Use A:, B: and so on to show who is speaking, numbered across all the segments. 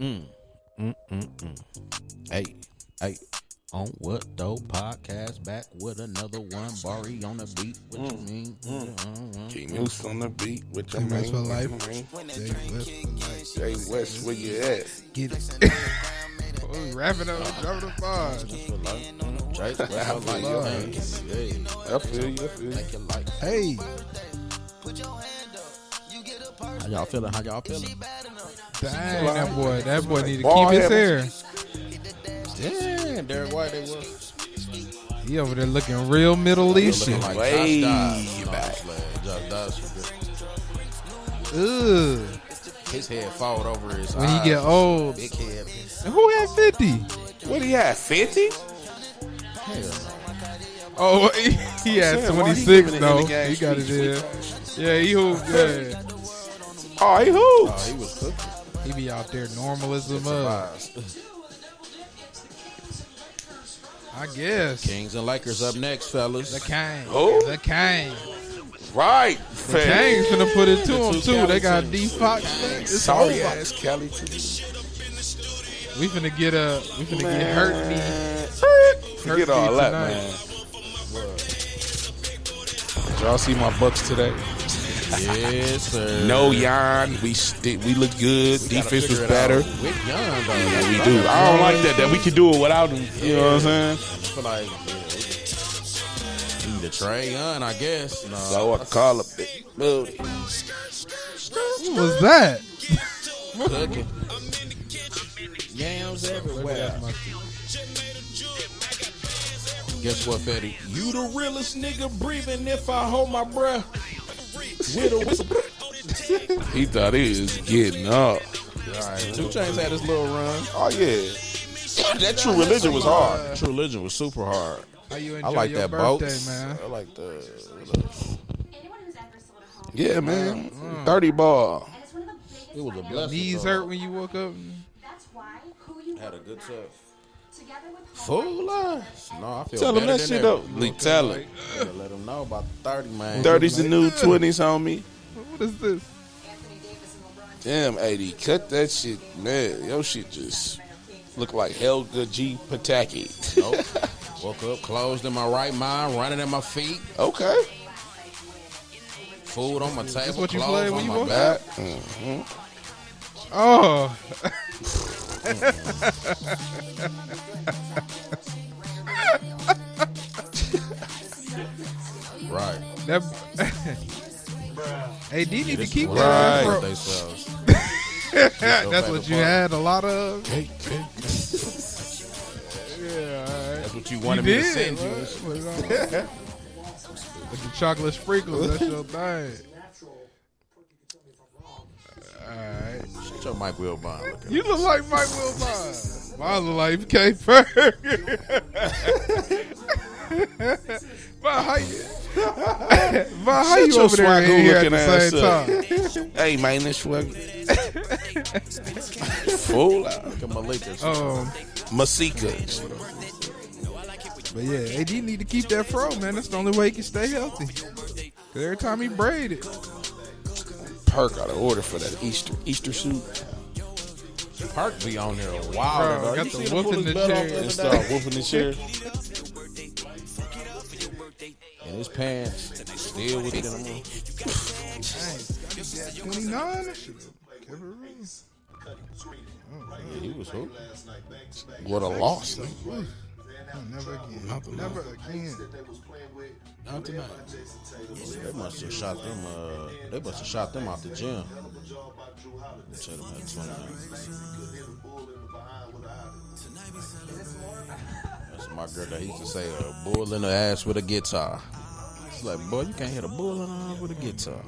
A: Mm, mm, mm, mm. Hey, hey. On what though? Podcast back with another one. Bari on the beat. What you mean?
B: King Moose on the beat with your
C: King Moose
B: man.
C: for life.
B: your man.
C: Jay West for life.
B: Jay West, where you at?
C: Get it.
D: Oh, wrapping up, dropping the bars.
A: Jay, that's
B: I
A: how
B: feel
A: like your name. Hey,
B: I feel you. I feel you.
A: like your life.
C: Hey,
A: How y'all feeling? How y'all feeling?
D: Dang, that boy, that boy need to
B: Ball
D: keep his hair.
B: heavens.
A: Damn, Derek White, they was
D: He over there looking real Middle Eastern.
A: looking like
B: Way
A: Josh Dobbs.
B: back.
A: No, I'm just playing. Josh Dobbs was good.
D: Ugh.
A: His head followed over his
D: When
A: eyes.
D: he get old,
A: Big head.
D: who had fifty?
B: What he had? Fifty?
A: Hell no.
D: Oh, he, he had
B: Damn, why
D: twenty
B: he giving
D: six
B: it in
D: though.
B: the game?
D: He got it
B: Sweet,
D: there.
B: sweet.
D: Yeah, he hoop good.
B: Oh, he
A: Oh,
B: who?
A: he was cooking.
D: He be out there normalism up.
A: Surprise.
D: I guess
A: Kings and Lakers up next, fellas.
D: the Kane,
B: Who?
D: the Kane,
B: Right.
D: the Kane's finna put it to
A: The
D: him
A: two
D: too. They
A: Cali
D: got
A: teams.
D: D Fox. man. It's
B: Sorry,
D: over.
B: ass Kelly. Too.
D: We finna get a. We finna get hurt knee.
B: Forget all
D: me
B: that,
D: tonight.
B: man. Did y'all see my Bucks today?
A: yes, sir.
B: No yarn. We st- we looked good.
A: We gotta
B: Defense was
A: figure it
B: better.
A: out. With Young, though.
B: Yeah, we do. I don't like that. That we can do it without him. You know what I'm saying?
A: I feel like yeah, we need to trade Young, I guess. No.
B: So I call up big booty.
D: What was that?
A: cooking. Yams everywhere. Guess what, Fetty? You the realest nigga breathing if I hold my breath. With a whistle.
B: He thought he was getting up.
A: Two Chains had his little run.
B: Oh yeah. That true religion was hard. True religion was super hard.
D: How you
B: I
D: enjoy
B: like
D: your
B: that
D: birthday,
B: boats.
D: man?
B: I like the. Yeah, man. Thirty ball.
A: It was a blessing.
D: Knees
A: though.
D: hurt when you woke up.
E: That's why who you
A: Had a good
E: matters.
A: set.
E: Together with
A: Fool us. No, I feel
B: Tell him
A: better than
B: that shit
A: ever.
B: though. Lee, tell him.
A: Gotta Let him know about the 30, man.
B: Thirties the new twenties, homie.
D: What is this?
E: Anthony Davis and LeBron
B: Damn, AD, cut that shit, man. Your shit just look like Helga G. Pataki.
A: Nope. Woke up, closed in my right mind, running at my feet,
B: Okay.
A: food on my table,
D: what you
A: clothes
D: played when
A: on
D: you
A: my
D: woke
A: back.
B: That. Mm-hmm.
D: Oh,
A: Right.
D: that. AD need to keep
A: Well,
D: that.
A: that's
B: Right.
D: bro.
A: what they sells.
D: That's what you had a lot of. Yeah,
A: That's what you
D: all right.
A: wanted
D: You
A: me to send
D: did.
A: you.
D: bro. With the chocolate sprinkles, that's your thing. Alright.
A: Shut your Mike Wilbon. Look at
D: You look like Mike Wilbon. Mine look like K. Ferg. but how you, but how
B: Shut
D: you
B: your
D: over there and
B: swagger
D: in here at
B: looking
D: the
B: ass
D: same
B: up.
D: time?
B: Hey, man, this swagger. Fool out.
A: Look at Malika.
D: Um,
B: Masika.
D: But yeah, AD need to keep that fro, man. That's the only way he can stay healthy. 'Cause every time he braid it,
B: Perk out of order for that Easter Easter suit.
A: Park be on there wild.
D: Bro,
A: Bro,
D: uh,
A: you
D: got the
A: seen him
D: whoop
A: pull
D: in
A: his
D: the
A: belt off
D: chair.
A: the
B: And
A: other
B: start
A: day?
B: whooping the chair.
A: And his pants still with it in them.
D: 29.
A: Yeah, he was hooked.
B: What a loss. man.
D: Never again. Never again.
A: Not tonight. They must have shot them. Uh, they must have shot them out the gym. Shut them at 29. That's my girl that used to say, "A bull in the ass with a guitar." She's like, "Boy, you can't hit a bull in the ass with a guitar."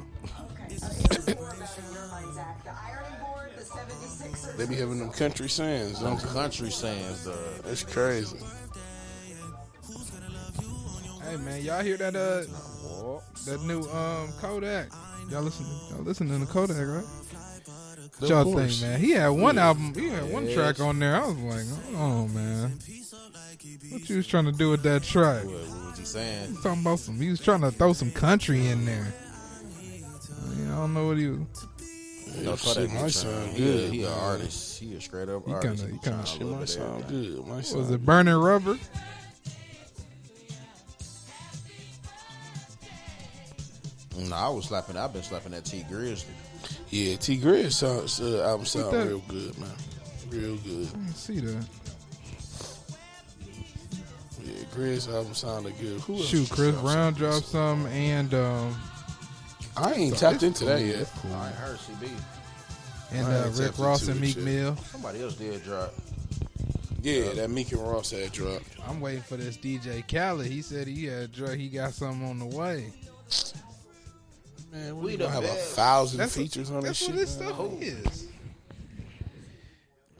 B: They be having them country sins.
A: Them
B: Them.
A: country sayings, uh,
B: That's crazy.
D: Hey man, y'all hear that uh that new um Kodak? Y'all listen y'all listening to Kodak, right? What y'all think, man? He had one album, he had one track on there. I was like, oh man. What you was trying to do with that track?
A: what, what was he saying?
D: He talking about some he was trying to throw some country in there. I, mean, I don't know what he was
A: No,
B: shit
A: Kodak
B: might
A: be
B: sound
A: trying. He, a,
B: good,
A: he an
B: man.
A: artist. He a straight up
D: He
A: artist.
D: kinda- he
A: trying
D: kinda-
A: a
D: Shit
B: It
A: little
B: might
A: bit of
B: sound
A: everything.
B: good. Might sound
D: uh, Was it burning rubber?
A: No, I was slapping. I've been slapping that T Grizzly.
B: Yeah, T Grizz sounds uh, album sound
D: that-
B: real good, man. Real good.
D: I didn't see that.
B: Yeah, Grizz album sounded good. Who else
D: Shoot,
B: was
D: Chris
B: dropping
D: Brown
B: something?
D: dropped some, and um,
B: I ain't tapped into that yet.
A: I ain't heard CB.
D: and
B: I
D: uh,
B: ain't
D: Rick
B: tapped
D: Ross
B: into
D: and
B: it
D: Meek
B: yet.
D: Mill.
A: Somebody else did drop.
B: Yeah, that Meek and Ross had dropped.
D: I'm waiting for this DJ Khaled. He said he had a drug. He got something on the way.
B: Man,
A: we
B: we
A: the
B: don't have a
A: best.
B: thousand
D: That's
B: features on that
D: That's
B: shit.
D: what this
B: man.
D: stuff is.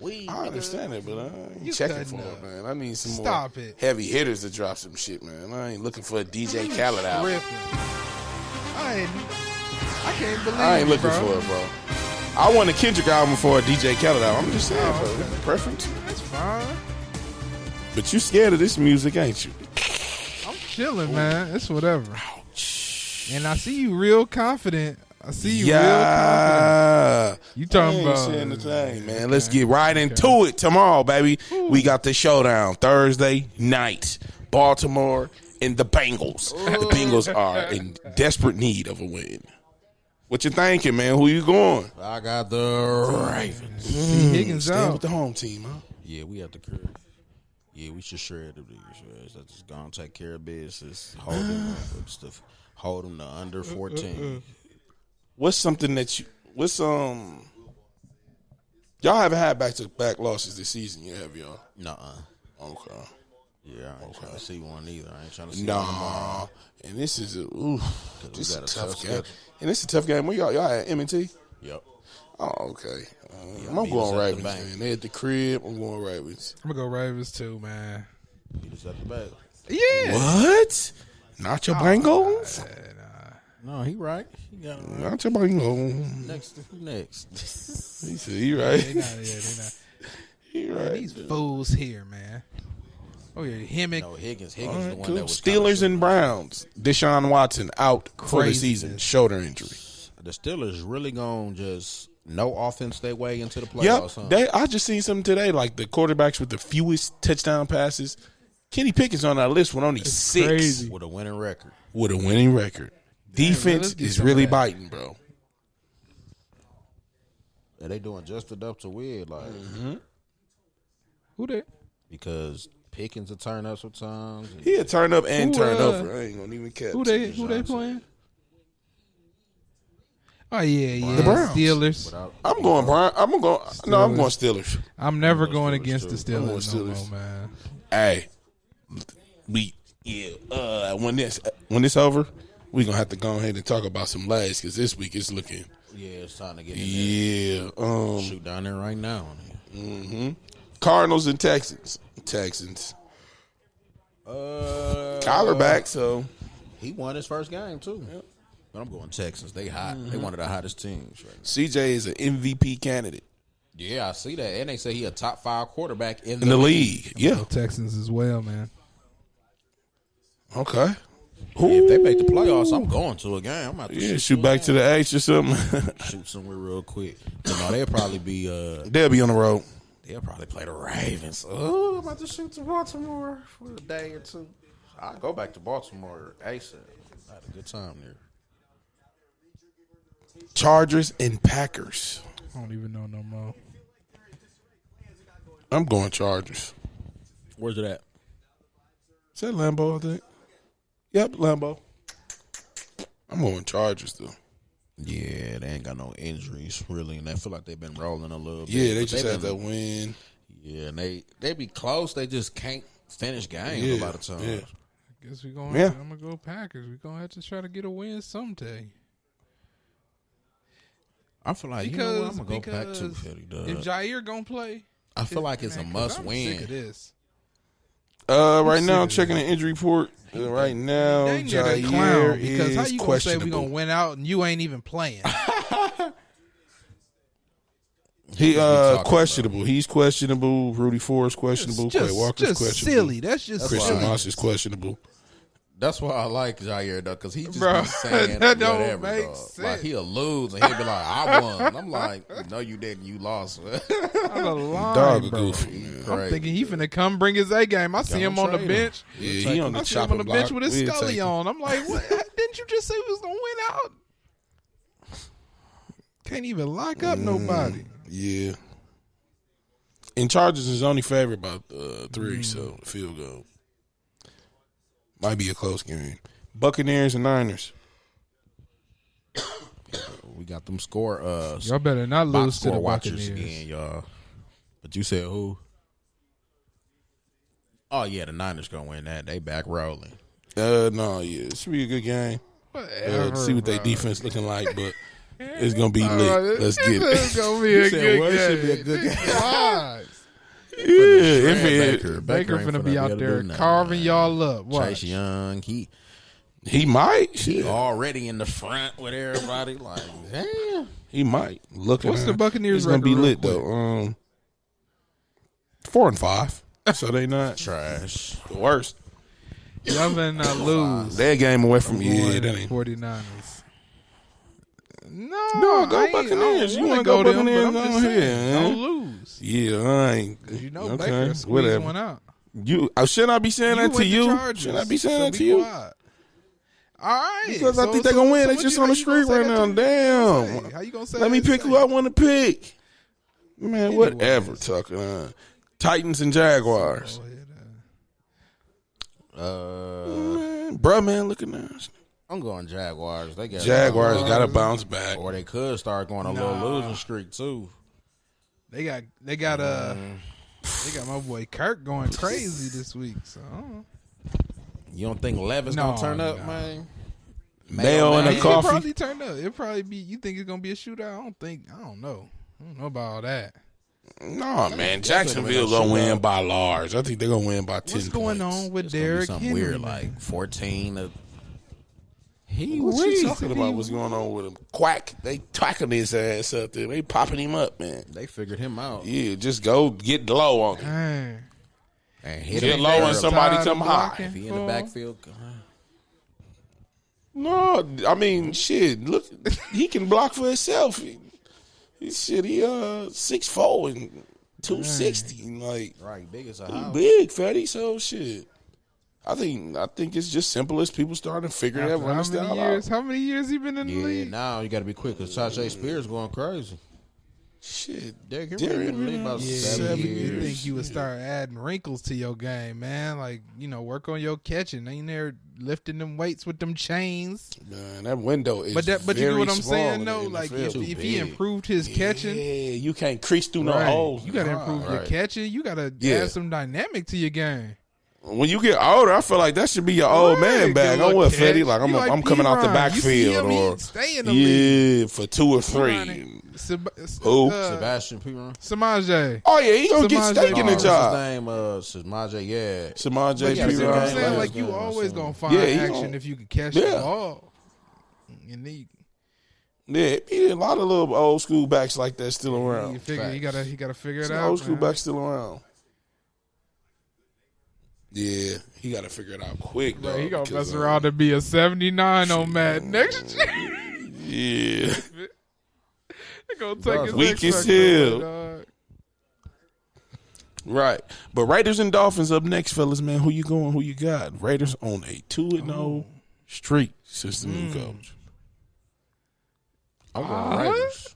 A: We.
B: I understand it, but I ain't
D: You
B: checking
D: cutting
B: for
D: up.
B: it, man. I need some
D: Stop
B: more
D: it.
B: heavy hitters to drop some shit, man. I ain't looking for a DJ Khaled album.
D: Ripping. I ain't. I can't believe.
B: I ain't
D: you,
B: looking for
D: bro.
B: it, bro. I want a Kendrick album for a DJ Khaled album. I'm just saying,
D: Oh,
B: bro. Preference.
D: That's fine.
B: But you scared of this music, ain't you?
D: I'm chilling, man. It's whatever. And I see you real confident. I see you real confident.
B: yeah.
D: You talking
B: I ain't
D: about-
B: saying the thing, man. Let's get right into it tomorrow, baby. We got the showdown Thursday night. Baltimore and the Bengals. The Bengals are in desperate need of a win. What you thinking, man? Who you going?
A: I got the Ravens.
D: T. Higgins
B: Stand with
D: out.
B: the home team, huh?
A: Yeah, we at the crib. Yeah, we should shred the niggas. I just gonna take care of business. Hold them, stuff. Hold them to under fourteen.
B: What's something that you? What's um? Y'all haven't had back to back losses this season, yet, have y'all?
A: Nuh uh.
B: Okay.
A: Yeah, I ain't trying to see one either. I ain't trying to see one tomorrow.
B: Nah. And this is a ooh, this is
A: got
B: a
A: a
B: tough
A: tough
B: game.
A: schedule.
B: And this is a tough game. Where y'all y'all at M and T?
A: Yep.
B: Oh, okay. Uh,
A: beat
B: I'm
A: us
B: going
A: at the
B: Ravens,
A: bank.
B: man. They at the crib. I'm going Ravens.
D: I'm gonna go Ravens too, man.
A: He just at the back.
D: Yeah. Oh,
B: What? Not your Bengals?
A: No, he right. He got him
B: Not your Bengals.
A: next. To, who next?
B: He said, "You right.
D: They not, yeah, they not.
B: You right."
D: These fools here, man. Oh yeah, Hemmick.
A: no, Higgins. Higgins
B: All
A: the
B: right,
A: one
B: cool.
A: that was
B: Steelers
A: kinda-
B: and Browns. Deshaun Watson out for the season.
D: Craziness.
B: Shoulder injury.
A: the Steelers really gonna just no offense their way into the
B: Yep.
A: playoffs. huh?
B: They, I just seen something today, like the quarterbacks with the fewest touchdown passes. Kenny Pickett's on our list with only six
D: crazy.
A: with a winning record.
B: with a winning record.
D: man,
B: Defense
D: let's get
B: is
D: some of
B: really
D: that.
B: biting, bro.
A: And they doing just enough to win, like
D: Who that?
A: because Pickens will turn up sometimes. and
B: He'll turn up and
D: Who,
B: turn
D: uh,
B: over. I ain't gonna even catch.
D: Who they? Who they
A: Johnson.
D: playing? Oh yeah, yeah.
B: The Browns.
D: Steelers.
A: without-
B: I'm going Brian. I'm gonna go. No, I'm
D: Steelers.
B: going Steelers.
D: I'm never going
A: Steelers,
D: against the
A: too.
B: I'm
D: Steelers,
B: going
D: no
B: Steelers.
D: more, man.
B: Hey, we yeah. Uh, when this when this over, we gonna have to go ahead and talk about some lags because this week it's looking
A: Yeah, it's time to get in there.
B: yeah. Um,
A: Shoot down there right now.
B: Cardinals and Texans. Texans.
A: Uh,
B: Kyler back, so
A: He won his first game too. But I'm going Texans. They hot. They one of the hottest teams. Right now.
B: CJ is an MVP candidate
A: Yeah, I see that. And they say he a top five quarterback in,
B: in the league. Yeah.
D: The Texans as well, man.
B: Okay.
A: If they
B: Ooh.
A: make the playoffs, I'm going to a game. I'm out to
B: Yeah,
A: shoot,
B: shoot back to the H or something.
A: shoot somewhere real quick. You know, they'll probably be. uh
B: They'll be on the road.
A: They'll probably play the Ravens. Oh, I'm about to shoot to Baltimore for a day or two. I go back to Baltimore ASAP. I had a good time there.
B: Chargers and Packers.
D: I don't even know no more.
B: I'm going Chargers.
A: Where's it at?
B: Is that Lambo? I think. Yep, Lambo. I'm going Chargers though.
A: Yeah, they ain't got no injuries really, and I feel like they've been rolling a little bit.
B: Yeah, they
A: but
B: just
A: they
B: had that
A: been-
B: win.
A: Yeah, and they they be close. They just can't finish games
B: Yeah,
A: a lot of times.
B: yeah.
D: Guess we going.
B: Yeah.
D: I'm gonna go Packers. We are gonna have to try to get a win someday.
A: I feel like
D: Because
A: you know what? I'm gonna go back
D: because
A: to Philly, dog.
D: if Jair gonna play,
A: I feel like it's a
D: man, 'cause
A: must
D: I'm Sick
A: win.
D: of this.
B: Uh, right
D: I'm
B: now,
D: sick
B: I'm
D: of
B: checking the
D: that.
B: injury report. Uh, right now,
D: Dang near
B: Jair
D: that clown. Because
B: is
D: how you gonna say we
B: questionable.
D: gonna win out and you ain't even playing?
B: he
A: talking
B: uh
A: about?
B: questionable. He's questionable. Rudy Ford is
D: It's
B: questionable. Quay
D: just,
B: Walker's
D: just
B: questionable.
D: silly. That's just
B: Christian
D: silly.
B: Moss is questionable.
A: That's why I like Jair though, because he just
D: Bro,
A: be saying
D: that don't
A: whatever.
D: make
A: dog.
D: sense.
A: Like he'll lose and he'll be like, "I won." And I'm like, "No, you didn't. You lost."
D: Out of line,
B: Dog a
D: bro.
B: goofy, man.
D: I'm thinking he finna come bring his A game. I see
A: Don't
D: him on the
A: trade him.
D: bench.
B: Yeah, he on the
D: I see him on
B: chopping
D: the
B: block.
D: bench with his
B: We'll take
D: scully
B: him.
D: on. I'm like, what? Didn't you just say we was gonna win out? Can't even lock
B: Mm.
D: up nobody.
B: Yeah. And Chargers is only favored by uh, three,
D: Mm.
B: so field goal. Might be a close game. Buccaneers and Niners.
A: we got them score uh
D: Y'all better not
A: box
D: lose to
A: score
D: the
A: watchers
D: Buccaneers.
A: again, y'all. But you said who? Oh yeah, the Niners gonna win that. They back rolling.
B: Uh, no, yeah, it should be a good game. Uh,
D: Whatever,
B: see what their
D: bro.
B: defense looking like, but it's gonna be lit.
D: Alright,
B: Let's get
D: It's
B: it.
D: gonna be a
A: said
D: good
A: what? It should
D: game.
A: be a good game.
D: God.
B: yeah, if it,
A: Baker,
D: Baker
A: ain't
D: finna be
A: able
D: out
A: to
D: there
A: do nothing,
D: carving
A: man.
D: y'all up.
A: Chase
D: Watch.
A: Young, he
B: he might. Shit,
A: already in the front with everybody. Like, damn.
B: he might. Look,
D: What's the
B: It's
D: Buccaneers
B: gonna be
D: record real
B: lit though. Um, four and five, so they not
A: Trash.
B: the worst.
D: Y'all better not lose.
B: They a game away from yeah.
D: on
B: That ain't
D: 49ers. No,
B: No, go
D: I ain't-
B: Buccaneers.
D: I
B: You wanna
D: don't wanna
B: go
D: them, but
B: Buccaneers,
D: I'm just
B: go ahead,
D: saying,
B: huh?
D: Don't lose.
B: Yeah, I ain't.
D: You know, Baker squeezed
B: whatever.
D: one out.
B: You uh, should I be saying
D: You
B: that to
D: with the
B: you?
D: Chargers,
B: Should I be saying
D: so
B: that
D: be
B: to you?
D: quiet. All right,
B: Because I
D: so-
B: think they're
D: so-
B: gonna win.
D: so
B: they
D: what
B: just
D: you-
B: on the
D: how you
B: street
D: gonna
B: right
D: say
B: now.
D: that to me?
B: Damn.
D: How you gonna say?
B: Let me
D: that to
B: pick who
D: me?
B: I want to pick. Man,
D: Anyways.
B: whatever, Tucker. Uh, Titans and Jaguars.
D: Go ahead, uh,
A: Uh,
B: Man, bruh, man, look at that.
A: I'm going Jaguars. They got
B: Jaguars got to
D: Uh,
B: bounce back.
A: Or they could start going a little losing streak too.
D: They got they got uh they got my boy Kirk going crazy this week. So I don't know.
A: You don't think Levin's
D: No,
A: gonna turn up,
D: no.
A: man?
B: Mayo and
A: man.
B: a
D: it
B: coffee.
D: probably turned up. It probably be. You think it's gonna be a shootout? I don't think. I don't know. I don't know about all that.
B: No,
A: definitely
B: man. Jacksonville's
A: gonna
B: going to
A: shoot
B: win
A: up.
B: by large. I think they're going to win by 10
D: What's going
B: points.
D: on with
A: It's gonna be
D: Derrick
A: something
D: Henry?
A: weird,
D: man?
A: like 14 to. He
B: What you
A: weak.
B: talking about? What's going on with him? Quack. They quacking his ass up there. They popping him up, man.
A: They figured him out
B: Yeah, just go get low on him.
D: Dang.
A: and hit
B: Get
A: him
B: low
A: early.
B: and somebody
D: Tired
B: come
D: of
B: high.
D: blocking.
A: If he in the backfield, God.
B: No, I mean shit. Look, he can block for himself. He, he- shit, he uh six four and two sixty, like
A: right, big as a house.
B: big fatty. So shit, I think I think it's just simple as people starting to figure that
D: How
B: running
D: many
B: style
D: years?
B: out.
D: How many years he been in the
A: Yeah,
D: league?
A: now you got to be quick because Tajay Spears going crazy.
B: Shit,
A: Derrick Henry
B: Derrick
A: been in the league about
B: Henry,
A: seven
B: yeah.
D: You
A: years.
D: think you would start adding wrinkles to your game, man? Like you know, work on your catching. Ain't there lifting them weights with them chains?
B: Man, that window is.
D: But that, but you
B: very
D: know what I'm
B: small in the
D: saying though. Like
B: NFL.
D: if, if he
A: big.
D: improved his
B: yeah,
D: catching,
B: you can't crease through
D: Right.
B: no holes.
D: You got to improve your
A: right.
D: catching. You got to
B: Yeah.
D: add some dynamic to your game.
B: When you get older, I feel like that should be your old Oh, man
D: Right,
B: bag.
D: good
B: I'm with
D: luck,
B: Fetty.
D: Ted.
B: Like I'm,
D: You like
B: I'm coming out the
D: P-Ryan. You see
B: backfield
D: him, he
B: or
D: stay in the
B: yeah for two or three. Oh,
D: league. Sab- s-
B: Who?
D: uh,
A: Sebastian Piran.
D: Samaje.
B: Oh yeah, he gonna
D: Samaje
B: get steak in
D: Perine.
B: the
A: What's
B: job.
A: his name? Uh, Samaje. Yeah.
B: Samaj J.
A: Yeah,
D: You see what I'm
A: Perine.
D: saying?
A: Yeah,
D: Like
A: yeah,
D: you
A: I
D: always
A: see
D: gonna
A: him.
D: find
B: Yeah, he
D: action
B: gonna-
D: if you can catch the
B: Yeah.
D: ball. And then you,
B: Yeah, it be a lot of little old school backs like that still
D: you
B: around.
D: figure you
A: facts.
D: gotta he gotta figure it
B: Some
D: out.
B: old school
D: man.
B: backs still around. Yeah, he got to figure it out quick.
D: Bro,
B: dog,
D: he gonna
B: because,
D: mess
B: uh, Mm.
D: around to be a 79 on Matt next year.
B: uh, Yeah,
D: He gonna
A: Bro,
D: take his
B: weak
D: X
B: as
D: factor,
B: hell.
D: dog.
B: right. But Raiders and Dolphins up next, fellas. Man, who you going? Who you got? Raiders on a two and
D: Oh.
B: zero streak since the
D: Hmm.
B: new coach.
A: I'm going
D: Uh-huh.
A: Raiders.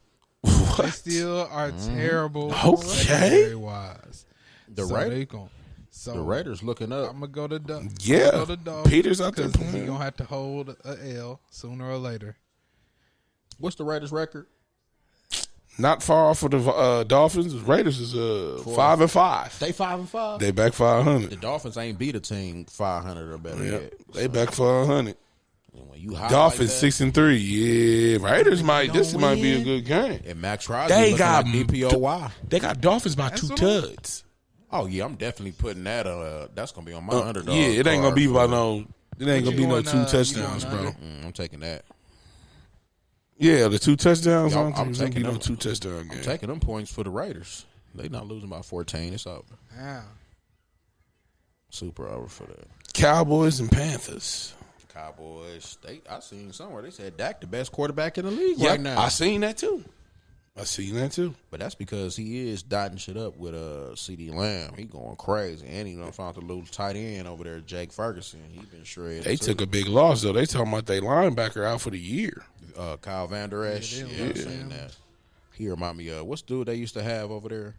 D: They
B: What?
D: still are terrible.
B: Mm-hmm. Okay.
D: Wise.
A: The
D: so
A: Ra-
D: they gon- so
A: The Raiders looking up.
D: I'm gonna go to Doug.
B: Yeah.
D: go to Doug
B: Peter's out there
D: he
B: playing.
D: gonna have to hold a L sooner or later.
A: What's the Raiders record?
B: Not far off of the uh, Dolphins. Raiders is uh five and five.
A: They five and five.
B: They back five
A: the
B: hundred.
A: Dolphins ain't beat a team five hundred or better
B: Yeah,
A: yet.
B: they back five hundred.
A: And when you high
B: Dolphins
A: like that,
B: six and three. Yeah, Raiders might. This
D: don't
B: might be a
D: win.
B: good game.
A: and Max Crosby
B: They
A: looking
B: got
A: like DPOY.
B: They got Dolphins by two
D: what I'm-
B: tuds.
A: Oh yeah, I'm definitely putting that. Uh, that's gonna be on my
B: Uh,
A: underdog.
B: yeah, it ain't gonna
A: card
B: be
A: for
B: by
A: that.
B: no. It ain't gonna
D: you
B: be no
D: going,
B: two
D: uh, you
B: touchdowns,
D: going
B: bro.
D: under?
A: Mm, I'm taking that.
B: Yeah, the two touchdowns. I
A: Y'all-
B: don't think
A: I'm
B: it's gonna be
A: taking
B: no
A: them.
B: two touchdown game.
A: I'm taking them points for the Raiders. They not losing by fourteen. It's over.
D: Wow.
A: Super over for that.
B: Cowboys and Panthers.
A: Cowboys. They, I seen somewhere they said Dak the best quarterback in the league
B: Yeah,
A: right now.
B: I seen that too. I seen that too.
A: but that's because he is dotting shit up with uh CD Lamb. He going crazy, and he done found the little tight end over there, Jake Ferguson. He been shredded.
B: They
A: too.
B: took a big loss though. They talking about they linebacker out for the year.
A: uh, Kyle Van Der Esch. Yeah, I seen that. He remind me of what's the dude they used to have over there.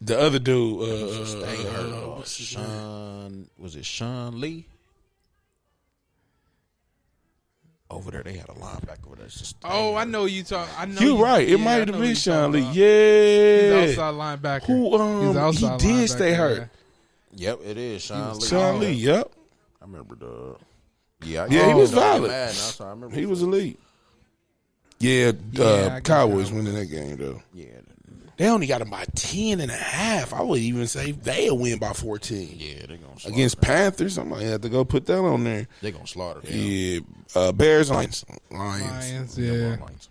B: The other dude, uh,
A: They
B: uh,
A: heard of Sean. Was it Sean Lee? Over there, they had a linebacker over there. It's just-
D: Oh, I know you talk. I know
B: you right. It
D: yeah, I
B: might
D: know
B: have
D: who
B: been
D: you
B: Sean
D: talking
B: Lee.
D: about. He's
B: Yeah.
D: outside linebacker.
B: Who
D: He's
B: um he
D: outside
B: did stay
D: linebacker,
B: hurt.
D: yeah.
A: Yep, it is Sean Lee.
B: Sean Lee, yep.
A: I remember the. Yeah, I-
B: Yeah, he
A: I
B: was
A: don't get
B: violent.
A: mad now, so I remember
B: He was elite. Yeah,
D: I
B: uh,
D: guess
B: Cowboys
D: Cowboys.
B: winning that game though.
A: Yeah, th-
B: They only got them by 10 and a half. I would even say they'll win by 14.
A: yeah, they're gonna slaughter
B: Against Panthers, I might have to go put that on there.
A: They're gonna slaughter them.
B: Yeah, uh, Bears, Lions, Lions.
D: Lions,
A: Them
D: yeah.
A: Lions.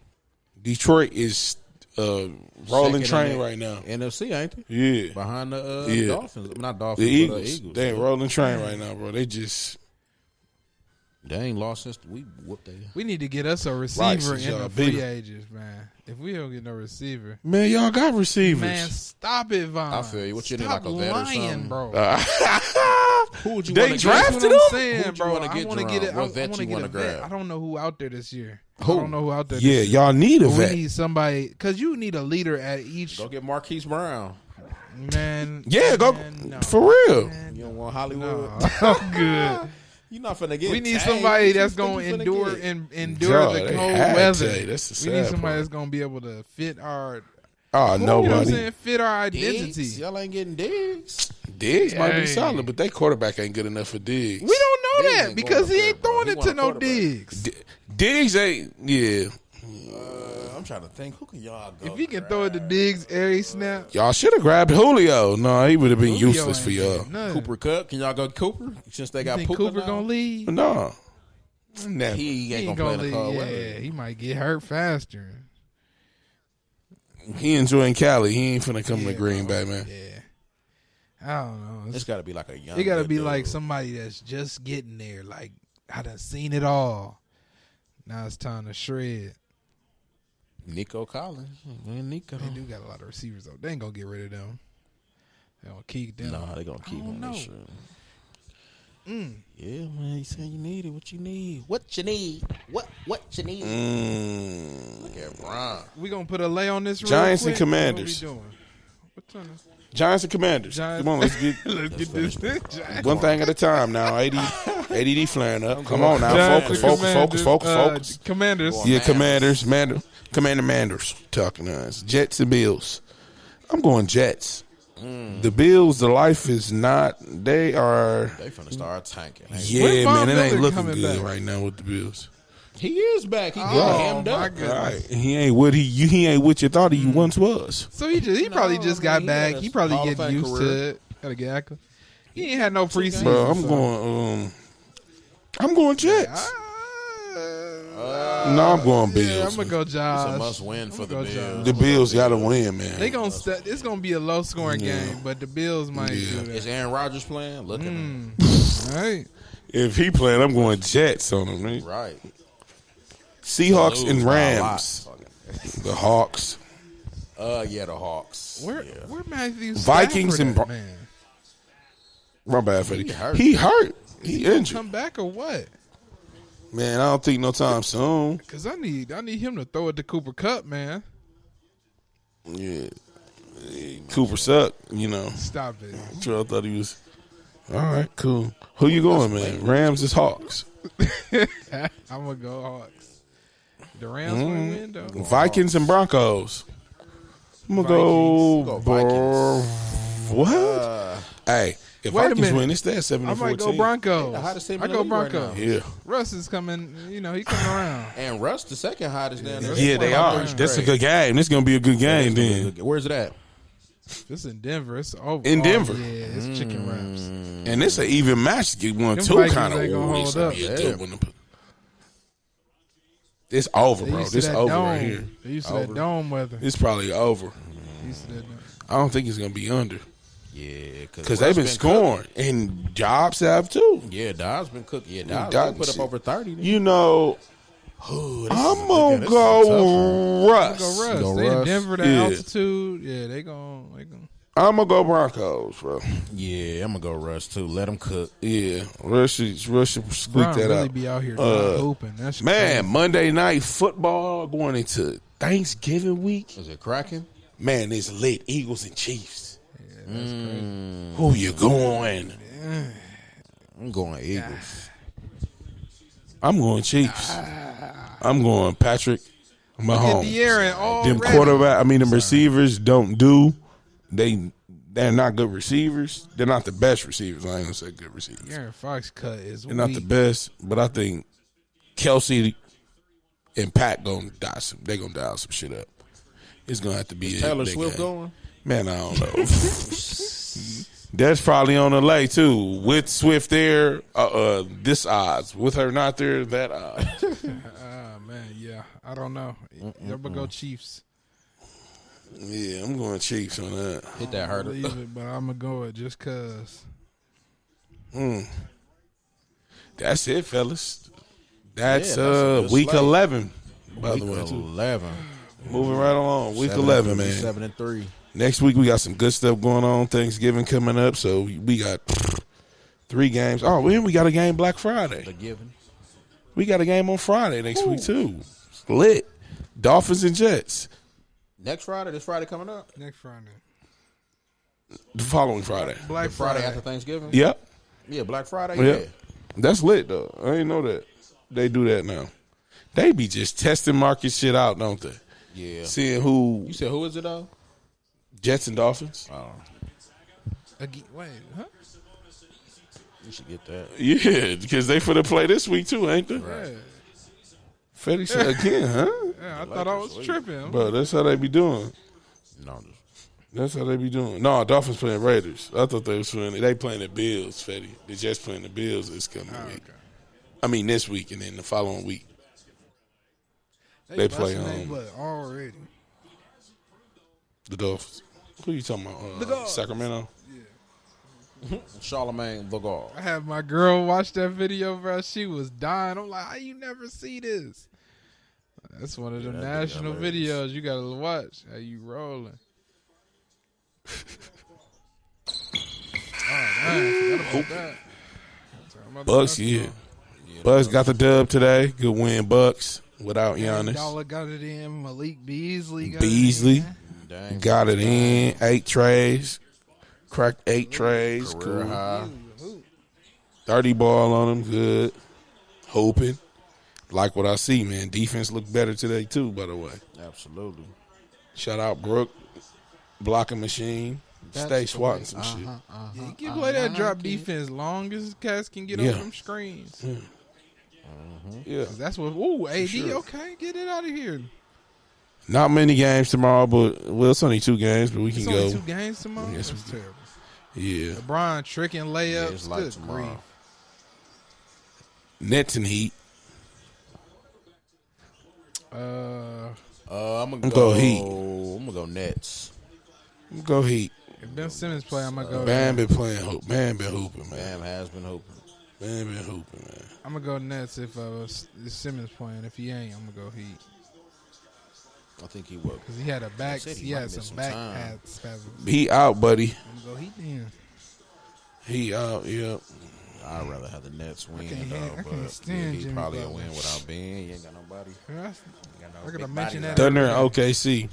B: Detroit is uh, rolling
A: Second
B: train
A: in the
B: right now.
A: NFC ain't they?
B: Yeah,
A: Behind the uh,
B: Yeah.
A: Dolphins, not
B: the
A: Dolphins,
B: Eagles,
A: But the Eagles.
B: they ain't rolling train right now, bro. They just
A: They ain't lost since we whooped they.
D: We need to get us a
B: Rice
D: receiver
B: is
D: in
B: y'all
D: the free
B: bigger.
D: agents, man. If we don't get no receiver,
B: man, y'all got receivers.
D: man, stop it, Von.
A: I feel you. What you need,
D: Stop
A: like a vet or
D: lying,
A: something?
D: bro.
A: Who would you?
B: They
A: wanna get?
B: draft-
D: That's
B: drafted
D: what I'm
B: him?
D: saying,
A: Who'd you
D: bro.
A: wanna
D: I
A: get,
D: want to
A: Jerome?
D: get it. I
A: What vet
D: want
A: you
D: to get
A: wanna
D: a vet.
A: grab?
D: I don't know who out there this year.
A: Who?
D: I don't know who out there.
B: yeah,
D: this year.
B: y'all need a
D: But
B: vet.
D: We need somebody because you need a leader at each
A: Go get Marquise Brown.
D: man.
B: yeah, go
D: man, no.
B: for real.
D: Man,
A: You don't want Hollywood.
D: no. I'm good.
A: You're not finna get.
D: We need
A: tagged.
D: somebody
A: What you
D: that's
A: think
D: gonna
A: you finna
D: endure
A: get?
D: and endure
B: Dog,
D: the
B: they
D: cold
B: had
D: weather.
B: to. That's the
D: we need
B: sad
D: somebody
B: part.
D: that's gonna be able to fit our
B: Oh,
D: You know what I'm
B: nobody.
D: saying? Fit our
A: Diggs?
D: identity.
A: Y'all ain't getting digs.
B: Diggs might be
D: Hey.
B: solid, but that quarterback ain't good enough for Diggs.
D: We don't know
A: Diggs
D: that
A: ain't
D: because
A: going
D: he
A: up there,
D: ain't
A: bro.
D: throwing
A: He
D: it
A: want
D: to
A: a
D: no
A: quarterback.
D: digs.
B: D- Diggs ain't. Yeah,
A: I'm trying to think. Who can y'all go?
D: If he can throw it to digs every snap,
B: y'all should have grabbed Julio. No, he would have been
D: Julio
B: useless
D: ain't
B: for y'all.
D: doing nothing.
A: Cooper Cup, can y'all go Cooper? Since they
D: You
A: got
D: think
A: Puka
D: Cooper
A: now?
D: gonna leave?
B: No, never.
A: He
D: He
A: ain't
D: ain't
A: gonna,
D: gonna
A: play in
D: leave.
A: the cold
D: Yeah,
A: weather.
D: he might get hurt faster.
B: He enjoying Cali. He ain't finna come to Green Bay, man.
D: Yeah, I don't know.
A: It's
D: It's,
A: got to be like a young.
D: it got to
A: good
D: be
A: dude.
D: like somebody that's just getting there. Like I done seen it all. Now it's time to shred.
A: Nico Collins. Man, Nico.
D: They do got a lot of receivers though. They ain't gonna get rid of them. They gonna keep them.
A: Nah, they gonna keep
D: don't
A: him.
D: know.
A: Sure. Mm. Yeah, man. You said you needed what you need. What you need? What what you need?
B: Mm.
A: Look at Brian.
D: We gonna put a lay on this. real
B: Giants and
D: quick? What we
B: Commanders.
D: doing? What time is-
B: Giants and Commanders.
D: Giants.
B: Come on, let's get
D: Let's get this Giants.
B: one thing at a time now. AD, ADD flaring up. Come on now,
D: Giants
B: focus,
D: and
B: focus, focus,
D: Commanders,
B: focus,
D: uh,
B: focus.
D: Commanders.
B: Yeah, Commanders, Mander, Commander Manders talking to us. Jets and Bills. I'm going Jets.
D: Mm.
B: The Bills, the life is not. They are.
A: They finna start tanking. Hey,
B: Yeah,
D: Von
B: man, it ain't
D: Miller
B: looking
D: coming
B: good
D: back?
B: right now with the Bills.
A: He is back. He
D: Oh,
A: got him
D: my
A: up.
D: goodness.
B: He ain't what he you, he ain't what you thought he once was.
D: So he just he
A: No,
D: probably
A: I
D: just
A: mean,
D: got
A: he
D: back.
A: had a
D: He probably
A: Hall of
D: getting
A: Fame
D: used
A: career.
D: to it. Gotta get active. He ain't had no preseason.
B: Bro, I'm
D: so-
B: going. Um, I'm going Jets.
D: Ah,
B: no, I'm going Bills.
D: yeah, I'm gonna
B: man.
D: go Josh.
B: Uh,
A: It's a must win for the
D: go
A: Bills.
D: Giants.
B: the Bills got to win, man.
D: They gonna st- it's gonna be a low scoring game, but the Bills might
B: Yeah.
D: do
A: Is
D: that.
A: Aaron Rodgers playing? Look at him.
D: All right.
B: if he playing, I'm going Jets on him. Man.
A: Right.
B: Seahawks Mm. and
A: Lose by a
B: Rams.
A: lot.
B: The Hawks.
A: Uh, yeah, the Hawks.
D: Where
A: yeah.
D: where Matthew
B: Vikings
D: Stafford
B: and Bro-
D: at, man?
B: My bad, Fetty. He
A: He
B: hurt.
A: hurt.
B: He, injured.
D: Come back or what?
B: Man, I don't think no time soon.
D: Cause I need I need him to throw it to Cooper Cup, man.
B: Yeah. Cooper sucked, you know.
D: Stop it.
B: Terrell thought he was. All right, cool. Who you going, man? Rams is Hawks.
D: I'm gonna go Hawks. The Rams gonna
B: Mm-hmm.
D: win though.
B: Vikings and Broncos. I'm gonna go,
A: Vikings. Go
B: Bro- What?
A: Uh,
B: hey, if
D: Wait a
B: Vikings
D: minute.
B: win, it's that seven
D: I
B: to
D: might go
B: fourteen.
D: Broncos.
A: the hottest team in
D: I
A: the
D: go
A: league right
D: Broncos.
A: now.
B: Yeah,
D: Russ is coming. You know he coming around.
A: and Russ, the second hottest down there.
B: yeah, they are. That's a good game. This gonna be a good game then.
A: Where's it at?
D: It's in Denver. It's over. Oh,
B: In Denver.
D: yeah, it's
B: Mm,
D: chicken wraps.
B: And it's an even match. You one
D: Them
B: two
D: Vikings
B: kind of
D: ain't gonna
B: war. It's
D: hold
B: gonna
D: up.
B: be a
A: Yeah.
B: good one to put- It's over,
D: They
B: bro.
D: used to
B: This
D: that
B: over
D: dome.
B: right here.
D: They used to
A: Over.
D: that dome weather.
B: It's probably over.
D: They used to that dome.
B: I don't think it's gonna be under.
A: Yeah,
B: because they've been scoring and jobs have too.
A: Yeah, Dod's been cooking. Yeah, Dod's,
B: Dodge-
A: put up over thirty.
B: You know,
A: Ooh, this is-
B: I'm
A: yeah,
B: gonna
A: this is a tough one.
B: go Russ.
D: Go Russ.
A: Go
D: they in
A: Russ.
D: Denver, that
B: Yeah.
D: altitude. Yeah, they gon' they gon'
B: I'm gonna go Broncos, bro.
A: Yeah, I'm gonna go Russ too. Let him cook.
B: Yeah, Russ should, Russ should squeak
D: Brown
B: that
D: really
B: out.
D: be out here
B: Uh,
D: hooping. That's
B: Man, Monday night football going into Thanksgiving week.
A: Is it cracking?
B: Man, it's lit. Eagles and Chiefs.
D: crazy. Yeah, that's
B: Mm.
D: crazy.
B: Who you going?
A: I'm going Eagles.
B: I'm going Chiefs. I'm going Patrick
D: Get
B: Mahomes.
D: De'Aaron already.
B: Oh. Them quarterback, I mean, them receivers don't do. They they're not good receivers. They're not the best receivers. I ain't gonna say good receivers.
D: De'Aaron Fox cut is
B: They're not the
D: weak.
B: best, but I think Kelsey and Pat gonna die some. They gonna dial some shit up. It's gonna have to be a
A: Taylor
B: big
A: Swift
B: game.
A: going.
B: Man, I don't know. That's probably on the lay too. With Swift there, uh, uh this odds. With her not there, that odds.
D: Ah, man, yeah. I don't know. Y'all go Chiefs.
B: yeah, I'm going Chiefs on that.
A: Hit that
D: I
A: hurdle.
D: believe it, but I'm gonna go it just cause.
B: That's it, fellas. That's,
A: that's a
B: uh
A: good
B: week
A: slate.
B: eleven. By
A: Week
B: the way, too.
A: eleven.
B: moving right along. Week
A: Seven
B: eleven,
A: and three,
B: man.
A: Seven and three.
B: Next week we got some good stuff going on. Thanksgiving coming up, so we got three games. Oh, and we got a game Black
A: The
B: Friday.
A: given.
B: We got a game on Friday next week too. It's Lit. Dolphins and Jets
A: Next Friday. This Friday coming up.
D: Next Friday.
B: the following Friday.
D: Black
A: Friday
D: Friday.
A: after Thanksgiving.
B: Yep,
A: Yeah, Black Friday.
B: yep.
A: Yeah.
B: That's lit though. I didn't know that they do that now. They be just testing market shit out, don't they?
A: Yeah.
B: Seeing who
A: You said who is it though?
B: Jets and Dolphins.
A: Oh,
D: Again, wait, huh?
A: you should get that.
B: Yeah, because they for the play this week too, ain't they?
D: Yeah,
B: Fetty said again, huh?
D: yeah I thought I was tripping.
B: Bro, that's how they be doing.
A: No, I'm just-
B: That's how they be doing. No, Dolphins playing Raiders. I thought they was playing. They playing the Bills, Fetty. The Jets playing the Bills this coming
D: Oh,
B: week. I mean, this week and then the following week. They play
D: busting they
B: home.
D: butt already.
B: The Dolphins. Who you talking about? Uh,
D: Dolphins.
B: Sacramento.
A: Charlemagne the God.
D: I had my girl watch that video, bro. She was dying. I'm like, how you never see this? That's one of the
A: that'd be
D: national videos
A: hilarious.
D: you gotta watch. How you rolling? oh man, I forgot about that. Talking about the
B: Bucks,
D: basketball.
B: yeah. Bucks got the dub today. Good win, Bucks. Without Giannis,
D: Dollar got it in. Malik Beasley. Got It
B: Beasley
D: in.
A: Dang.
B: got it in eight trays. Cracked eight trays.
A: Career
B: Cool.
A: high.
B: Thirty ball on him. Good. Hoping. Like what I see, man. Defense looked better today too. By the way.
A: Absolutely.
B: Shout out Brooke, blocking machine, stay swatting some shit.
D: Yeah, he can play that drop defense long as cats can get
B: Yeah.
D: on them screens.
B: Yeah,
D: That's what. Ooh, AD,
B: sure.
D: okay, get it out of here.
B: not many games tomorrow, but well, it's only two games, but we can
D: It's
B: go.
D: only two games tomorrow.
B: Yes,
D: That's
B: we-
D: terrible.
B: Yeah,
D: LeBron tricking
A: Yeah,
D: layups.
A: it's like
D: Good
A: tomorrow.
D: grief.
B: Nets and Heat.
D: Uh,
A: Uh, I'm gonna
B: I'm
A: go.
B: go Heat.
A: I'm gonna go Nets.
B: Go Heat.
D: if Ben Simmons play, I'm gonna go.
B: Bam been playing hoop. Bam been hooping, man.
A: Bam has been hoping.
B: Bam been hooping, man.
D: I'm gonna go Nets if uh S- if Simmons playing. If he ain't, I'm gonna go Heat
A: I think he will.
D: because he had a back.
A: said he
D: He,
A: might
D: had
A: miss
D: some,
A: some
D: back
A: time.
D: pad spasms.
B: He out, buddy.
D: I'm gonna go Heat then.
B: He out. Yeah.
A: I'd rather have the Nets win,
D: can't
A: though.
D: hand- I
A: but
D: can't stand
A: he
D: Jimmy
A: probably a
D: Butler.
A: win without Ben. You ain't got nobody.
D: Yeah, that's-
A: You got no
D: I could
A: big
D: have
A: bodies
D: mentioned that.
A: out
B: Thunder and OKC.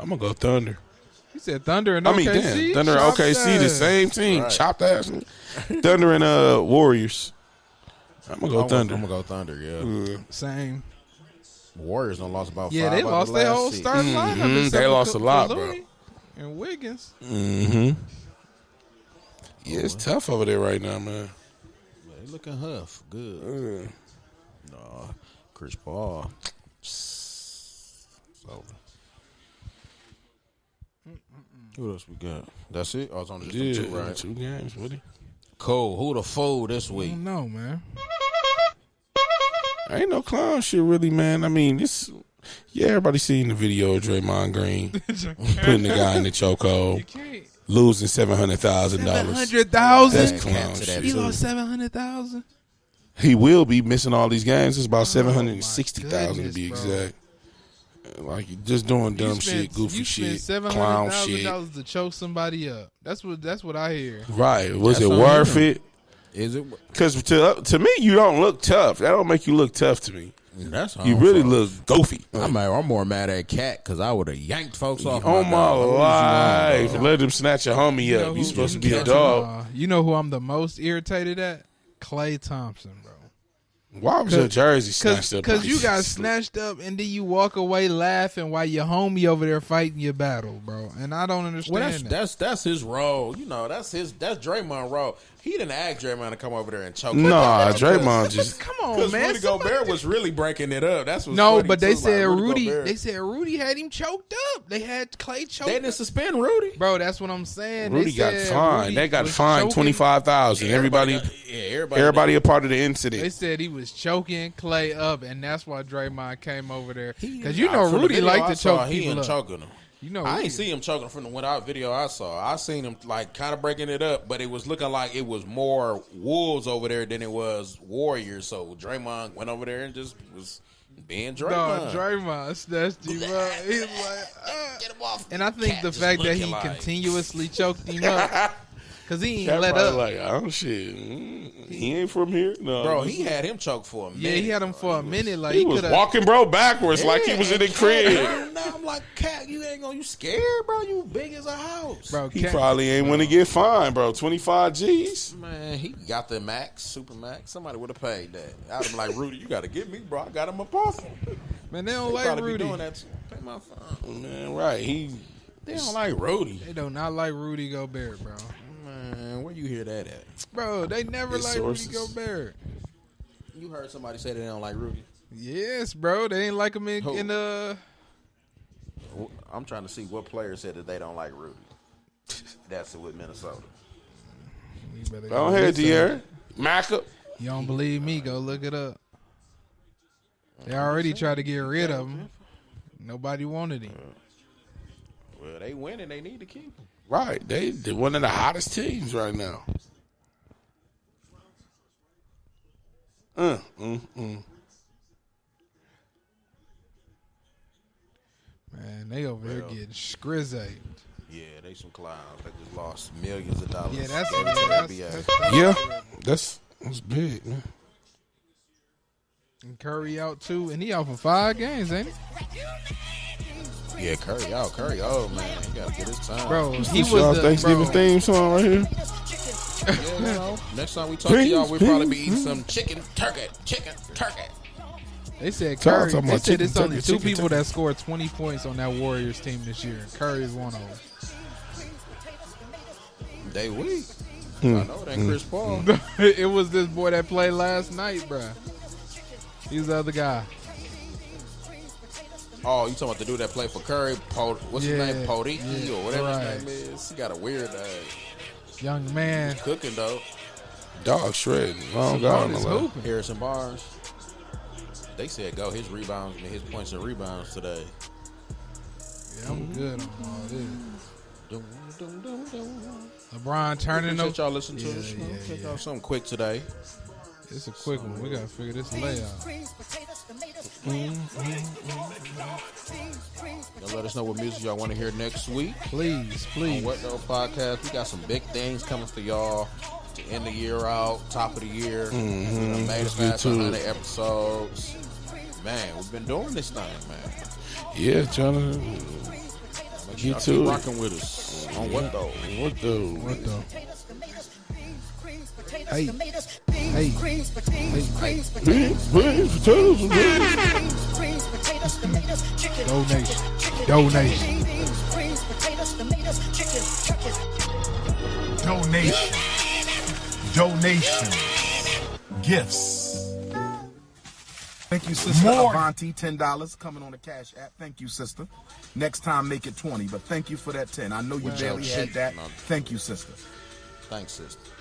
B: I'm gonna go Thunder.
D: You said Thunder and
B: I mean,
D: OKC.
B: damn, Thunder and
D: Chop
B: OKC, the
D: that.
B: same team,
A: Right.
B: chopped ass. Thunder and uh Warriors. I'm gonna
A: there.
B: go Thunder.
A: I'm gonna go Thunder. Yeah,
B: Yeah.
D: Same.
A: Warriors done lost
B: Oh,
A: about
D: Yeah,
A: five.
D: they
A: out of
D: lost
A: the
D: their
A: last
D: whole
A: six.
D: starting
B: Mhm,
D: lineup. except
B: they
D: for
B: lost
D: Ka-
B: a lot,
D: for
B: bro.
D: Looney And Wiggins.
B: hmm Yeah, it's tough over there right now, man.
A: Yeah, They looking huff. Good.
B: Uh,
A: No, Chris Paul. So. Who else we got? That's it. I was on just them
B: yeah,
A: two, right?
B: two games, buddy.
A: Cole, who the fool this
D: I
A: week?
D: don't know, man.
B: Ain't no clown shit, really, man. I mean, this. Yeah, everybody seen the video of Draymond Green
D: you
B: putting the guy in the chokehold.
D: can't.
B: losing seven hundred thousand
D: Seven
B: dollars.
D: hundred
B: That's
D: thousand.
A: Cap
B: clown
A: to
B: shit.
A: that
D: He
A: too.
D: lost seven hundred thousand.
B: He will be missing all these games. It's about seven hundred and sixty thousand to
D: Oh goodness,
B: be
D: bro.
B: exact. Like you're just doing dumb shit, goofy
D: you
B: shit,
D: Seven
B: clown
D: hundred thousand
B: shit.
D: dollars to choke somebody up. That's what. That's what I hear.
B: Right? Was
A: That's
B: it
A: on
B: worth
A: him.
B: it?
A: Is it?
B: Because to uh, to me, you don't look tough. That don't make you look tough to me.
A: That's how
B: You
A: I'm
B: really
A: from.
B: look goofy.
A: I'm, I'm more mad at Cat because I would have yanked folks off.
B: Oh my
A: dog. What
B: life! Let him snatch your homie up.
D: know
B: you
D: who-
B: supposed to be a
D: know-
B: dog.
D: uh, you know who I'm the most irritated at? Clay Thompson, bro.
B: Why was your jersey
D: Cause,
B: snatched up?
D: cause
B: like
D: you got
B: this?
D: snatched up and then you walk away laughing while your homie over there fighting your battle, bro. And I don't understand
A: Well, that's,
D: that.
A: that's that's his role. You know, that's his that's Draymond role. He didn't ask Draymond to come over there and choke. him.
B: Nah,
A: Because-
B: Draymond just.
D: Come on,
A: Because
D: man.
A: Rudy
D: somebody
A: Gobert was really breaking it up. That's what's
D: No,
A: funny,
D: but they
A: too. Like,
D: said Rudy.
A: Gobert-
D: They said Rudy had him choked up. They had Clay choked.
A: they
D: up.
A: didn't suspend Rudy.
D: Bro, that's what I'm saying.
B: Rudy
D: They
B: got
D: said Rudy
B: fined. They got
D: was
B: fined
D: choking-
B: twenty five thousand. Everybody,
A: yeah, everybody,
B: everybody a part of the
D: They
B: incident.
D: said he was choking Clay up, and that's why Draymond came over there.
A: He-
D: Because you know
A: from the
D: Rudy
A: video
D: liked
A: I
D: to
A: saw,
D: choke
A: He
D: people
A: ain't
D: up. Oh,
A: choking him.
D: You know,
A: I
D: Rudy-
A: ain't see him choking from the without video I saw. I seen him like kind of breaking it up, but it was looking like it was more wolves over there than it was warriors. So Draymond went over there and just was being
D: No,
A: Draymond.
D: Draymond snatched him up. He's like, ah.
A: Get him off.
D: and I think
A: Cat
D: the
A: just
D: fact that
A: looking
D: he
A: like-
D: continuously choked him up because he ain't
B: Cat
D: let
B: probably
D: up.
B: Like, oh shit, mm, he ain't from here. No,
A: bro,
B: this-
A: he had him choked for a minute.
D: yeah, he had him for a minute. Like
B: uh, he
D: he,
B: was
D: could have.
B: walking, bro, backwards like he
A: Yeah,
B: was in
A: and
B: the
A: Cat-
B: crib.
A: No, I'm like, Cat, you ain't gonna. You scared, bro? You big as a house,
D: Bro,
B: He
D: Cat-
B: probably ain't want to get fined, bro. Twenty five G's.
A: Man, he got the max, super max. Somebody would have paid that. I'd have been like, Rudy, you got to get me, bro. I got him a parcel.
D: man, they don't
A: They
D: like
A: probably be
D: Rudy.
A: doing that. too. Pay my phone.
B: Man, right? He
A: They don't like Rudy.
D: They do not like Rudy Gobert, bro.
A: Man, where you hear that at?
D: Bro, they never
B: His
D: like Rudy
B: sources.
D: Gobert.
A: You heard somebody say they don't like Rudy.
D: Yes, bro. They ain't like him in,
A: Who?
D: in uh
A: I'm trying to see what player said that they don't like Rudy. That's with Minnesota.
D: you better
B: go ahead,
D: listen.
B: De'Aaron. Macca.
D: You don't believe me? Go look it up. They already tried to get rid of him. Nobody wanted him.
A: Well, they win and they need to keep him.
B: Right, they they're one of the hottest teams right now. Uh, mm, mm.
D: Man, they over here getting scrizzy.
A: Yeah, they some clowns. They just lost millions of dollars.
D: Yeah, that's
A: Gave it to the
D: that's,
A: NBA.
D: that's
B: Yeah, that's that's big. Man.
D: and Curry out too, and he out for five games, ain't it?
A: Yeah, Curry out. Curry out, man. He got to get his time.
D: Bro, he
B: This y'all
D: was the
B: Thanksgiving
D: bro,
B: theme song right here.
A: Yeah, you know, next time we talk to y'all, we'll
B: Pings,
A: probably be
B: pings,
A: eating some chicken turkey. Chicken turkey.
D: They said
B: Y'all
D: Curry.
B: talking
D: They
B: about
D: said it's
B: chicken
D: only
B: turkey,
D: two
B: chicken
D: people that scored twenty points on that Warriors team this year. Curry is one of them.
A: They weak. Hmm. I know it ain't Chris Paul.
D: it was this boy that played last night, bruh. He's the other guy.
A: Oh, you talking about the dude that played for Curry? Po- what's
D: Yeah,
A: his name? Podiki
D: yeah,
A: or whatever
D: right.
A: his name is. He got a weird uh,
D: Young man.
A: cooking though.
B: Dog shredding. Long
D: Bro,
B: gone.
D: this
B: my love.
D: hooping.
A: Harrison Barnes. They said go his rebounds, I mean, his points and rebounds today.
D: Yeah, I'm good on all this. LeBron turning
A: Appreciate
D: those.
A: y'all listening to
D: Yeah,
A: us.
D: yeah,
A: We'll Check
D: yeah.
A: out something quick today.
D: It's a quick one. We gotta figure this layout.
A: And let us know what music y'all want to hear next week.
D: Please,
A: on
D: please.
A: What Though Podcast. We got some big things coming for y'all to end the year out, top of the year. We done made it past
B: too.
A: 100 episodes. Man, we've been doing this thing, man.
B: Yeah, trying to
A: Make sure y'all
B: Get to
A: keep
B: it.
A: rocking with us on What Though.
B: what the
D: What the?
C: Hey. Hey. Hey.
B: beans, beans, potatoes, and beans.
C: Donation. Hmm?
D: Donation.
C: Donation.
F: donation, donation, gifts.
G: Thank you, sister.
F: More.
G: Avanti, ten dollars coming on the cash app. Thank you, sister. Next time, make it twenty. But thank you for that ten. I know you barely
A: shit,
G: had that.
A: man.
G: Thank you, sister.
A: Thanks, sister.